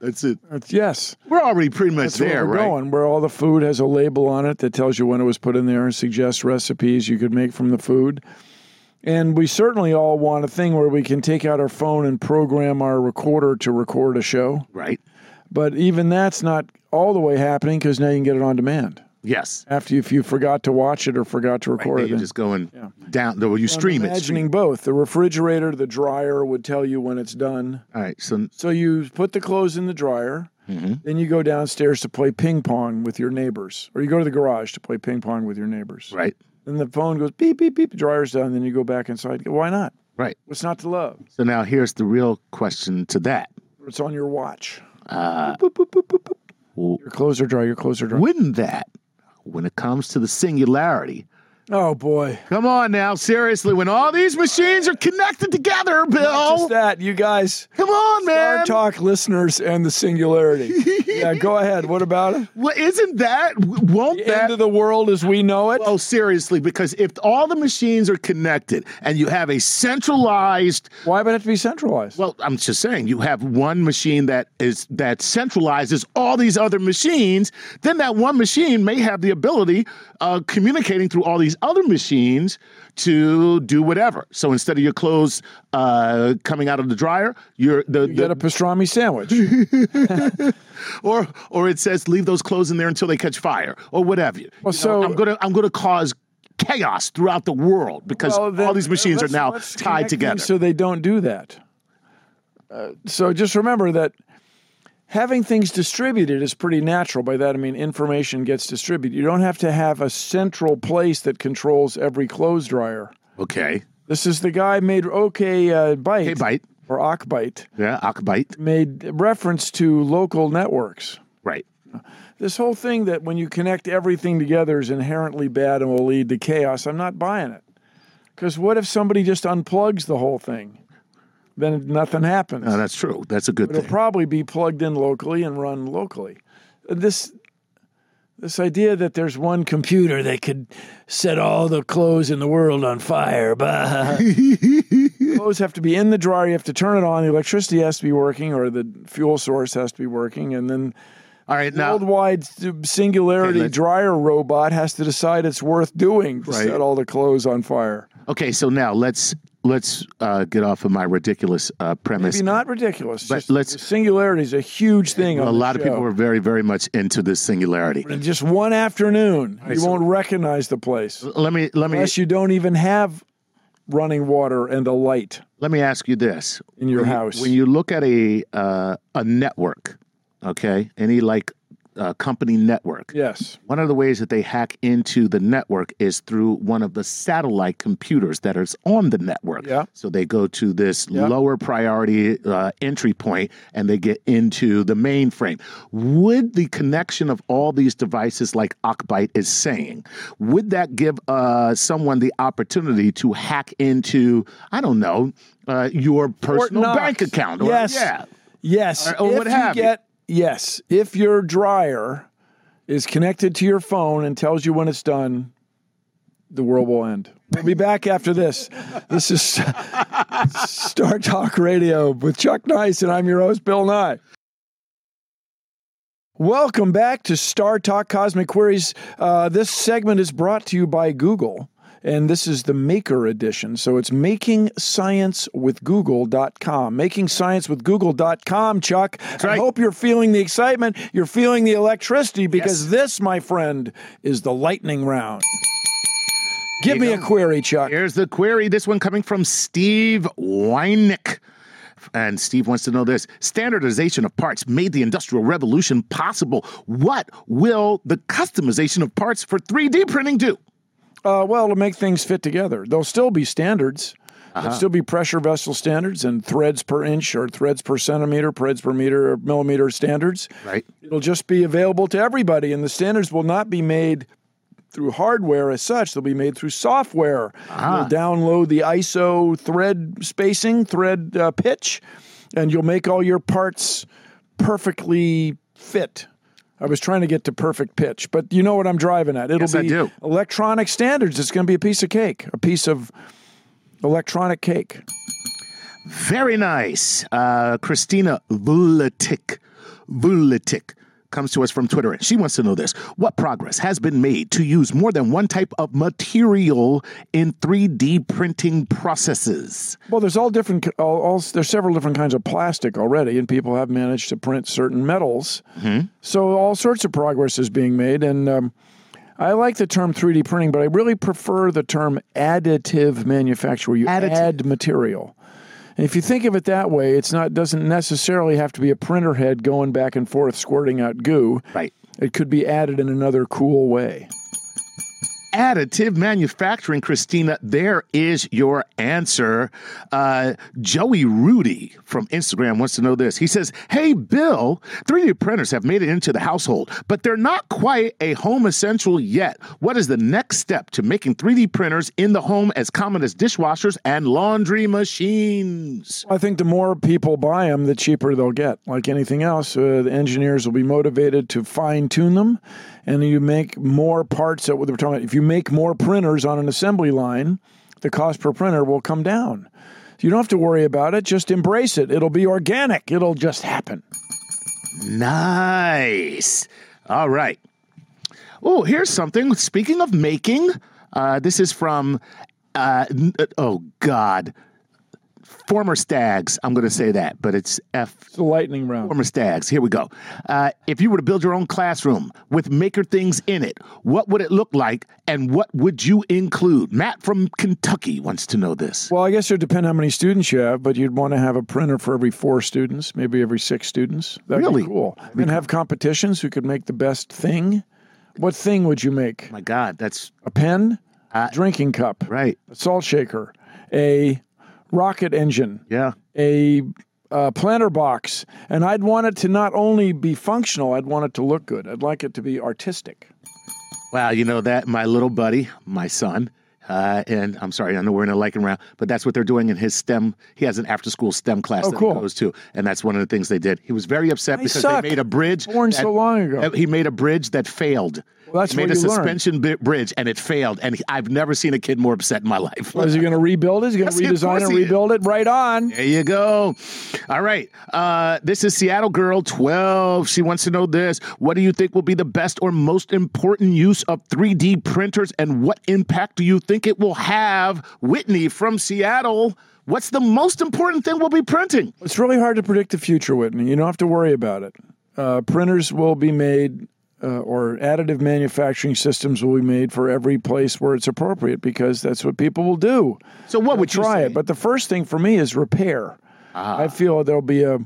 S3: that's it.
S2: That's- yes.
S3: We're already pretty much
S2: That's where
S3: there,
S2: we're
S3: right?
S2: going, where all the food has a label on it that tells you when it was put in there and suggests recipes you could make from the food. And we certainly all want a thing where we can take out our phone and program our recorder to record a show.
S3: Right.
S2: But even that's not all the way happening because now you can get it on demand.
S3: Yes.
S2: After you, if you forgot to watch it or forgot to record
S3: You're
S2: it,
S3: just going down. Well, you stream it. stream-
S2: imagining both. The refrigerator, the dryer would tell you when it's done.
S3: All right. So
S2: So you put the clothes in the dryer,
S3: Mm-hmm.
S2: then you go downstairs to play ping pong with your neighbors, or you go to the garage to play ping pong with your neighbors.
S3: right,
S2: Then the phone goes beep beep beep, dryer's down, then you go back inside. Why not?
S3: right.
S2: What's not to love?
S3: So now here's the real question to that.
S2: It's on your watch.
S3: Uh,
S2: Boop, boop, boop, boop, boop.
S3: w-
S2: Your clothes are dry. Your clothes are dry.
S3: wouldn't that, when it comes to the singularity,
S2: Oh boy!
S3: come on now, seriously, when all these machines are connected together,
S2: Just
S3: Bill,
S2: that, you guys.
S3: come on,
S2: Our
S3: man.
S2: talk listeners and the singularity. yeah, go ahead. What about it?
S3: Well, isn't that, w- won't
S2: The
S3: that
S2: end of the world as we know it.
S3: Oh, seriously, because if all the machines are connected and you have a centralized,
S2: Why would it have to be centralized?
S3: well, I'm just saying, you have one machine that is that centralizes all these other machines, then that one machine may have the ability of communicating through all these other machines to do whatever. So instead of your clothes uh, coming out of the dryer, you're the,
S2: you get a
S3: the
S2: pastrami sandwich.
S3: or or it says leave those clothes in there until they catch fire or whatever. You know,
S2: so-
S3: I'm gonna I'm gonna cause chaos throughout the world because
S2: Well, then,
S3: all these machines are
S2: let's-
S3: now
S2: let's
S3: tied
S2: connect things
S3: together.
S2: so they don't do that. Uh, so just remember that having things distributed is pretty natural. By that I mean information gets distributed. You don't have to have a central place that controls every clothes dryer.
S3: okay,
S2: This is the guy made OK uh, Bite
S3: hey, bite.
S2: or Okbite
S3: Yeah, Akbite.
S2: made reference to local networks.
S3: Right.
S2: This whole thing that when you connect everything together is inherently bad and will lead to chaos, I'm not buying it. Because what if somebody just unplugs the whole thing? Then nothing happens.
S3: No, that's true. That's a good
S2: It'll
S3: thing.
S2: probably be plugged in locally and run locally. This this idea that there's one computer that could set all the clothes in the world on fire. Bah. clothes have to be in the dryer. You have to turn it on. The electricity has to be working, or the fuel source has to be working, and then
S3: all right, now
S2: worldwide s- singularity
S3: Okay, let's-
S2: dryer robot has to decide it's worth doing to
S3: Right.
S2: set all the clothes on fire.
S3: okay. So now let's let's uh, get off of my ridiculous uh, premise.
S2: Be not ridiculous.
S3: But
S2: just-
S3: let's-
S2: singularity is a huge thing.
S3: a
S2: on
S3: lot
S2: this
S3: of people
S2: show.
S3: are very very much into this singularity.
S2: In just one afternoon, you
S3: so-
S2: won't recognize the place
S3: Let me let me
S2: unless you don't even have running water and a light
S3: let me ask you this:
S2: in your
S3: when you-
S2: house.
S3: When you look at a uh, a network, okay, any like uh, company network,
S2: yes,
S3: one of the ways that they hack into the network is through one of the satellite computers that is on the network.
S2: Yeah.
S3: So they go to this
S2: Yeah.
S3: lower priority uh, entry point and they get into the mainframe. Would the connection of all these devices, like Akbite is saying, would that give uh, someone the opportunity to hack into, I don't know, uh, your personal
S2: Knox.
S3: bank account? Or,
S2: Yes.
S3: Yeah.
S2: yes.
S3: Or- or
S2: if
S3: what have you.
S2: get, Yes, if your dryer is connected to your phone and tells you when it's done, the world will end. We'll be back after this. This is Star Talk Radio with Chuck Nice, and I'm your host, Bill Nye. Welcome back to Star Talk Cosmic Queries. Uh, this segment is brought to you by Google, and this is the Maker edition. So it's makingsciencewithgoogle.com. Makingsciencewithgoogle.com, Chuck. I
S3: right.
S2: hope you're feeling the excitement. You're feeling the electricity because this, my friend, is the lightning round. Give me a query, Chuck.
S3: Here's the query. This one coming from Steve Wynick. And Steve wants to know this standardization of parts made the Industrial Revolution possible. What will the customization of parts for 3D printing do?
S2: Uh, well, to make things fit together. There'll still be standards. There'll still be pressure vessel standards and threads per inch or threads per centimeter, threads per meter or millimeter standards.
S3: Right.
S2: It'll just be available to everybody, and the standards will not be made through hardware as such. They'll be made through software.
S3: Ah.
S2: You'll download the ISO thread spacing, thread uh, pitch, and you'll make all your parts perfectly fit. I was trying to get to perfect pitch, but you know what I'm driving at. It'll
S3: Yes, I
S2: be
S3: do.
S2: electronic standards. It's going to be a piece of cake, a piece of electronic cake.
S3: Very nice. Uh, Christina Vulatic. Vulatic comes to us from Twitter, and she wants to know this: What progress has been made to use more than one type of material in 3D printing processes?
S2: Well, there's all different. All, all, there's several different kinds of plastic already, and people have managed to print certain metals. So all sorts of progress is being made, and um, I like the term 3D printing, but I really prefer the term additive manufacture. Where you
S3: Additive.
S2: add material. And if you think of it that way, it's not doesn't necessarily have to be a printer head going back and forth squirting out goo.
S3: Right.
S2: It could be added in another cool way.
S3: additive manufacturing, Christina. There is your answer. Uh, Joey Rudy from Instagram wants to know this. He says, Hey, Bill, 3D printers have made it into the household, but they're not quite a home essential yet. What is the next step to making 3D printers in the home as common as dishwashers and laundry machines?
S2: I think the more people buy them, the cheaper they'll get. Like anything else, uh, the engineers will be motivated to fine tune them, and you make more parts. That we're talking about. If you make more printers on an assembly line, the cost per printer will come down. You don't have to worry about it. Just embrace it. It'll be organic. It'll just happen.
S3: Nice. All right. Oh, here's something. Speaking of making, uh, this is from, uh, n- uh, oh God, former Stags. I'm going to say that, but it's F
S2: It's the lightning round.
S3: former Stags. Here we go. Uh, if you were to build your own classroom with maker things in it, what would it look like, and what would you include? Matt from Kentucky wants to know this.
S2: Well, I guess it would depend how many students you have, but you'd want to have a printer for every four students, maybe every six students. That'd
S3: Really?
S2: be cool. And have competitions who could make the best thing. What thing would you make?
S3: Oh My God, that's
S2: a pen,
S3: Uh,
S2: drinking cup,
S3: right.
S2: a salt shaker, a rocket engine,
S3: Yeah.
S2: a uh, planter box, and I'd want it to not only be functional, I'd want it to look good. I'd like it to be artistic.
S3: Wow, you know that my little buddy, my son, uh, and I'm sorry, I know we're in a lichen round, but that's what they're doing in his STEM. He has an after-school STEM class
S2: Oh,
S3: that
S2: cool.
S3: he goes to, and that's one of the things they did. He was very upset because
S2: suck.
S3: they made a bridge.
S2: Born
S3: that-
S2: so long ago.
S3: that- He made a bridge that failed.
S2: Well, that's
S3: he made
S2: what
S3: a
S2: you learn.
S3: suspension bi- bridge, and it failed. And he- I've never seen a kid more upset in my life.
S2: Is he going to rebuild it? Is he going to
S3: Yes, of
S2: redesign
S3: course
S2: and
S3: he is.
S2: rebuild it? Right on.
S3: There you go. All right. Uh, this is Seattle Girl 12. She wants to know this. What do you think will be the best or most important use of 3D printers, and what impact do you think it will have? Whitney from Seattle, what's the most important thing we'll be printing?
S2: It's really hard to predict the future, Whitney. You don't have to worry about it. Uh, printers will be made, uh, or additive manufacturing systems will be made for every place where it's appropriate because that's what people will do.
S3: So, what would you
S2: try
S3: say? Ah.
S2: it. But the first thing for me is repair. I feel there'll be a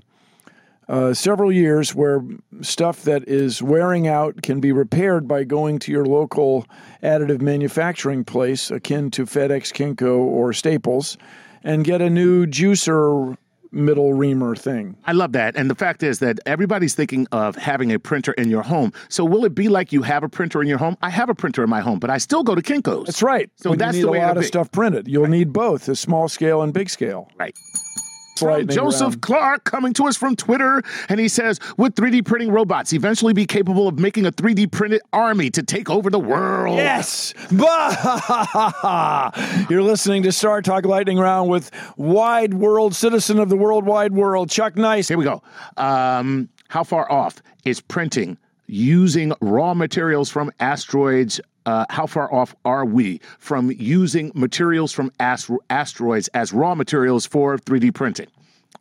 S2: uh, several years where stuff that is wearing out can be repaired by going to your local additive manufacturing place, akin to FedEx, Kinko, or Staples, and get a new juicer middle reamer thing.
S3: I love that. And the fact is that everybody's thinking of having a printer in your home. So, will it be like you have a printer in your home? I have a printer in my home, but I still go to Kinko's.
S2: That's right.
S3: So
S2: When you
S3: that's
S2: need
S3: the way
S2: a lot
S3: it'll
S2: of
S3: be.
S2: stuff printed. You'll need both, the small scale and big scale.
S3: Right.
S2: Lightning
S3: Joseph
S2: round.
S3: Clark coming to us from Twitter, and he says, "Would 3D printing robots eventually be capable of making a 3D printed army to take over the world?"
S2: Yes. Bah! You're listening to Star Talk Lightning Round with wide world citizen of the world wide world, Chuck Nice.
S3: Here we go. Um, how far off is printing using raw materials from asteroids? Uh, how far off are we from using materials from astro- asteroids as raw materials for 3D printing?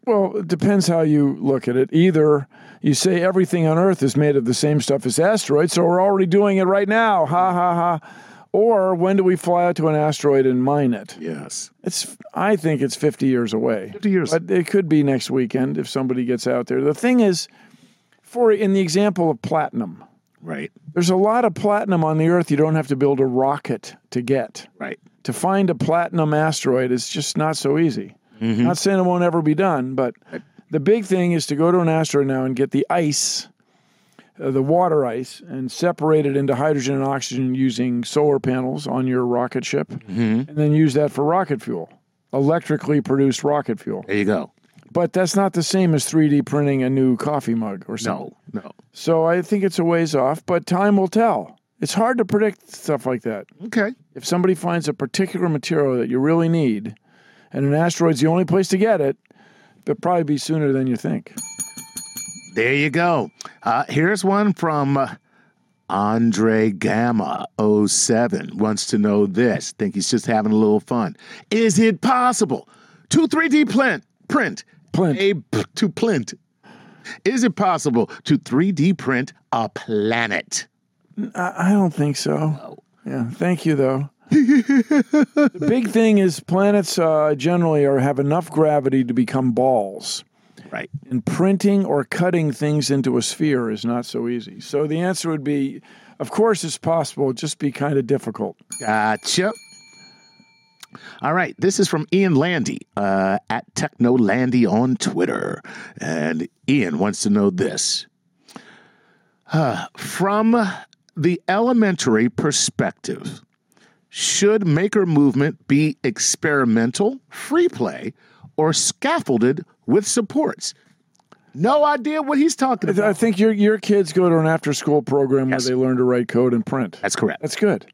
S2: Well, it depends how you look at it. Either you say everything on Earth is made of the same stuff as asteroids, so we're already doing it right now. Ha ha ha. Or when do we fly out to an asteroid and mine it?
S3: Yes.
S2: It's I think it's 50 years away.
S3: 50 years.
S2: But it could be next weekend if somebody gets out there. The thing is for in the example of platinum,
S3: Right.
S2: There's a lot of platinum on the Earth you don't have to build a rocket to get.
S3: Right.
S2: To find a platinum asteroid is just not so easy. Not saying it won't ever be done, but the big thing is to go to an asteroid now and get the ice, uh, the water ice, and separate it into hydrogen and oxygen using solar panels on your rocket ship, and then use that for rocket fuel, electrically produced rocket fuel.
S3: There you go.
S2: But that's not the same as 3D printing a new coffee mug or something.
S3: No. No.
S2: So I think it's a ways off, but time will tell. It's hard to predict stuff like that.
S3: Okay.
S2: If somebody finds a particular material that you really need, and an asteroid's the only place to get it, it'll probably be sooner than you think.
S3: There you go. Uh, here's one from uh, Andre Gamma 07 wants to know this. Think he's just having a little fun. Is it possible to 3D plint print
S2: Plint.
S3: a p- to plint? Is it possible to 3D print a planet?
S2: I, I don't think so. Yeah, thank you though. the big thing is planets uh, generally are have enough gravity to become balls,
S3: Right.
S2: and printing or cutting things into a sphere is not so easy. So the answer would be, of course, it's possible. Just be kind of difficult.
S3: Gotcha. All right, this is from Ian Landy uh, at Technolandy on Twitter. And Ian wants to know this. Uh, from the elementary perspective, should maker movement be experimental, free play, or scaffolded with supports? No idea what he's talking
S2: I
S3: about.
S2: think your your kids go to an after school program
S3: Yes.
S2: where they learn to write code and print.
S3: That's correct.
S2: That's good.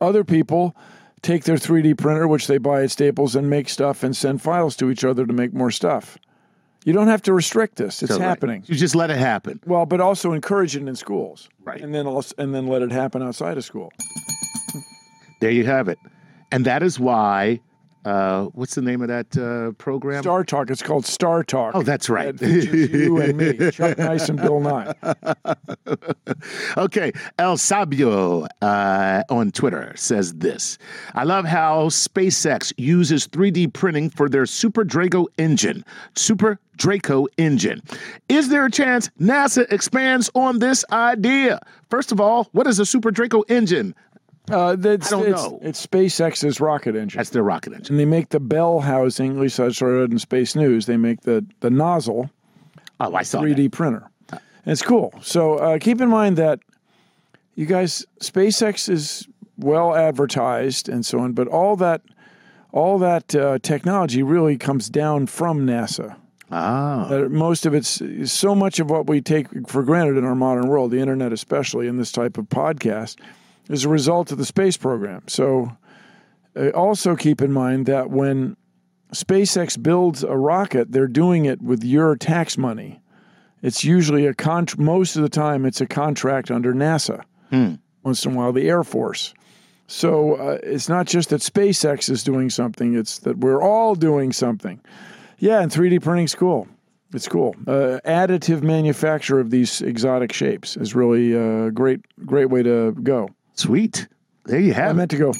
S2: Other people take their 3D printer, which they buy at Staples, and make stuff and send files to each other to make more stuff. You don't have to restrict this. It's
S3: So, right.
S2: happening.
S3: You just let it happen.
S2: Well, but also encourage it in schools.
S3: Right.
S2: And then als- and then let it happen outside of school.
S3: There you have it. And that is why, uh, what's the name of that uh, program?
S2: Star Talk. It's called Star Talk.
S3: oh, that's right.
S2: That features you and me, Chuck Nice and Bill Nye.
S3: okay. El Sabio uh, on Twitter says this I love how SpaceX uses 3D printing for their Super Draco engine. Super Draco engine. Is there a chance NASA expands on this idea? First of all, what is a Super Draco engine?
S2: Uh, that's,
S3: I don't
S2: it's,
S3: know.
S2: It's SpaceX's rocket engine.
S3: That's their rocket engine.
S2: and they make the bell housing. At least I saw it in Space News. They make the the nozzle
S3: Oh, I saw
S2: 3D printer. And it's cool. So uh, keep in mind that you guys, SpaceX is well advertised and so on, but all that all that uh, technology really comes down from NASA.
S3: that. Ah,
S2: Uh, most of it's so much of what we take for granted in our modern world, the internet especially, and this type of podcast, is a result of the space program. So, uh, also keep in mind that when SpaceX builds a rocket, they're doing it with your tax money. It's usually a con. Most of the time, it's a contract under NASA. Once in a while, the Air Force. So uh, it's not just that SpaceX is doing something; it's that we're all doing something. Yeah, and 3D printing's cool. It's cool. Uh, additive manufacture of these exotic shapes is really a great, great way to go.
S3: sweet. There you
S2: I
S3: have it.
S2: meant to go.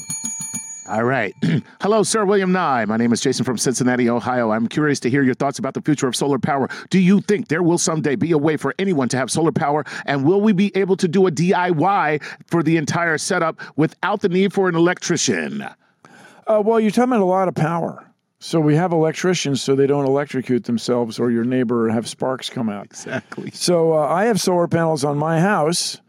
S3: All right. Hello, Sir William Nye. My name is Jason from Cincinnati, Ohio. I'm curious to hear your thoughts about the future of solar power. Do you think there will someday be a way for anyone to have solar power? And will we be able to do a DIY for the entire setup without the need for an electrician?
S2: Uh, well, you're talking about a lot of power. So we have electricians so they don't electrocute themselves or your neighbor or have sparks come out.
S3: Exactly.
S2: So uh, I have solar panels on my house,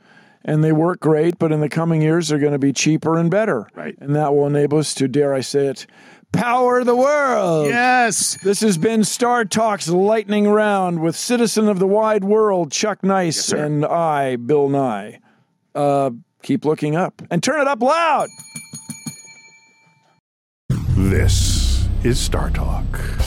S2: and they work great. But in the coming years, they're going to be cheaper and better.
S3: Right.
S2: And that will enable us to, dare I say it, power the world.
S3: Yes.
S2: This has been Star Talks Lightning Round with citizen of the wide world Chuck Nice
S3: sir.
S2: and I, Bill Nye. Uh, keep looking up and turn it up loud.
S1: This is Star Talk.